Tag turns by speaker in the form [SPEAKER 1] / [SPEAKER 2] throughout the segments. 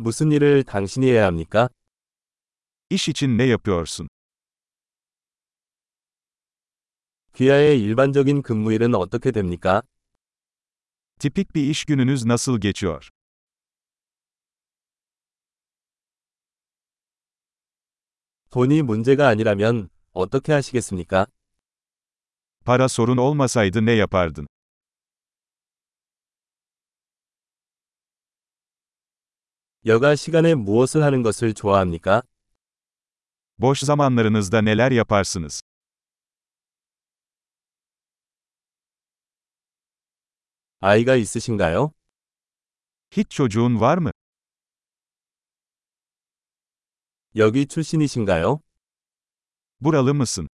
[SPEAKER 1] 무슨 일을 당신이 해야 합니까?
[SPEAKER 2] İş için ne yapıyorsun?
[SPEAKER 1] 귀하의 일반적인 근무일은 어떻게 됩니까?
[SPEAKER 2] Tipik bir iş gününüz nasıl geçiyor?
[SPEAKER 1] 돈이 문제가 아니라면 어떻게 하시겠습니까?
[SPEAKER 2] Para sorun olmasaydı ne yapardın?
[SPEAKER 1] 여가 시간에 무엇을 하는 것을 좋아합니까?
[SPEAKER 2] Boş zamanlarınızda neler yaparsınız?
[SPEAKER 1] 아이가 있으신가요?
[SPEAKER 2] Hiç çocuğun var mı?
[SPEAKER 1] 여기 출신이신가요?
[SPEAKER 2] Buralı mısın?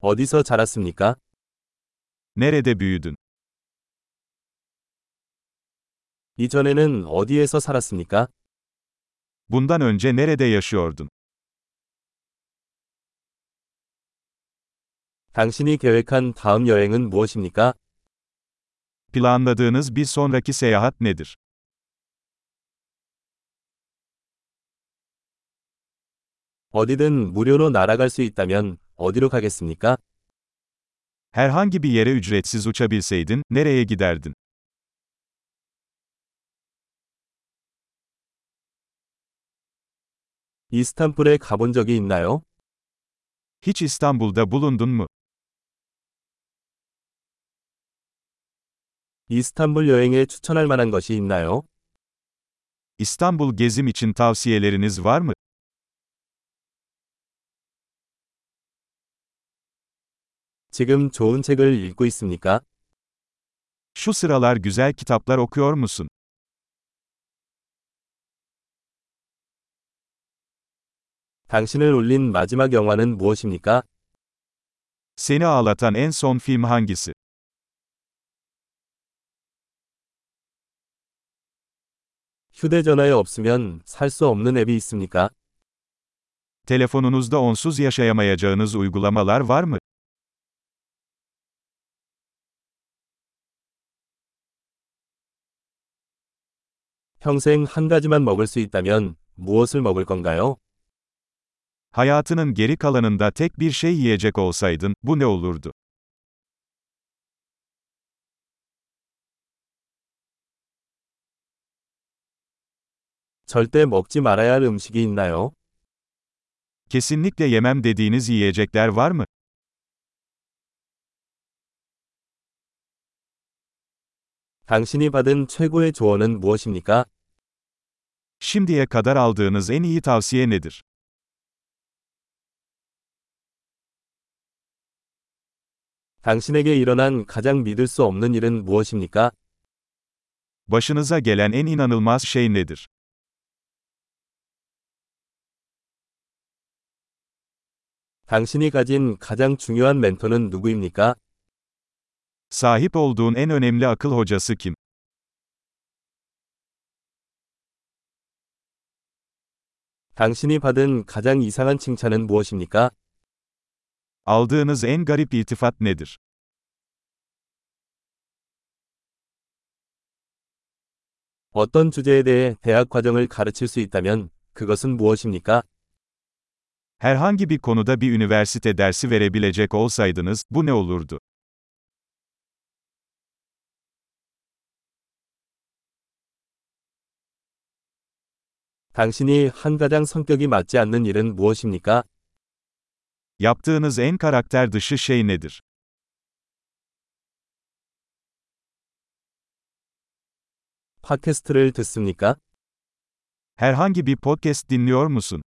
[SPEAKER 1] 어디서 자랐습니까?
[SPEAKER 2] Nerede büyüdün?
[SPEAKER 1] 이전에는 어디에서 살았습니까?
[SPEAKER 2] Bundan önce nerede yaşıyordun?
[SPEAKER 1] 당신이 계획한 다음 여행은 무엇입니까?
[SPEAKER 2] Planladığınız bir sonraki seyahat nedir?
[SPEAKER 1] 어디든 무료로 날아갈 수 있다면 어디로 가겠습니까?
[SPEAKER 2] Herhangi bir yere ücretsiz uçabilseydin, nereye giderdin?
[SPEAKER 1] 이스탄불에 가본 적이 있나요?
[SPEAKER 2] Hiç İstanbul'da bulundun mu?
[SPEAKER 1] 이스탄불 여행에 추천할 만한 것이 있나요?
[SPEAKER 2] İstanbul gezim için tavsiyeleriniz var mı?
[SPEAKER 1] 지금 좋은 책을 읽고 있습니까?
[SPEAKER 2] Şu sıralar güzel kitaplar okuyor musun?
[SPEAKER 1] 당신을 울린 마지막 영화는 무엇입니까?
[SPEAKER 2] Seni ağlatan en son film hangisi?
[SPEAKER 1] 휴대전화에 없으면 살 수 없는 앱이 있습니까?
[SPEAKER 2] Telefonunuzda onsuz yaşayamayacağınız uygulamalar var mı?
[SPEAKER 1] 평생 한 가지만 먹을 수 있다면 무엇을 먹을 건가요?
[SPEAKER 2] Hayatının geri kalanında tek bir şey yiyecek olsaydın, bu ne olurdu?
[SPEAKER 1] 절대 먹지 말아야 할 음식이 있나요?
[SPEAKER 2] Kesinlikle yemem dediğiniz yiyecekler var mı?
[SPEAKER 1] 당신이 받은 최고의 조언은 무엇입니까?
[SPEAKER 2] Şimdiye kadar aldığınız en iyi tavsiye nedir?
[SPEAKER 1] 당신에게 일어난 가장 믿을 수 없는 일은 무엇입니까?
[SPEAKER 2] Başınıza gelen en inanılmaz şey nedir?
[SPEAKER 1] 당신이 가진 가장 중요한 멘토는 누구입니까?
[SPEAKER 2] Sahip olduğun en önemli akıl hocası kim?
[SPEAKER 1] 당신이 받은 가장 이상한 칭찬은 무엇입니까?
[SPEAKER 2] Aldığınız en garip iltifat nedir?
[SPEAKER 1] 어떤 주제에 대해 대학 과정을 가르칠 수 있다면 그것은 무엇입니까?
[SPEAKER 2] Herhangi bir konuda bir üniversite dersi verebilecek olsaydınız, bu ne olurdu?
[SPEAKER 1] 당신이 한 가장 성격이 맞지 않는 일은 무엇입니까?
[SPEAKER 2] Yaptığınız en karakter dışı şey nedir?
[SPEAKER 1] 팟캐스트를 듣습니까?
[SPEAKER 2] Herhangi bir podcast dinliyor musun?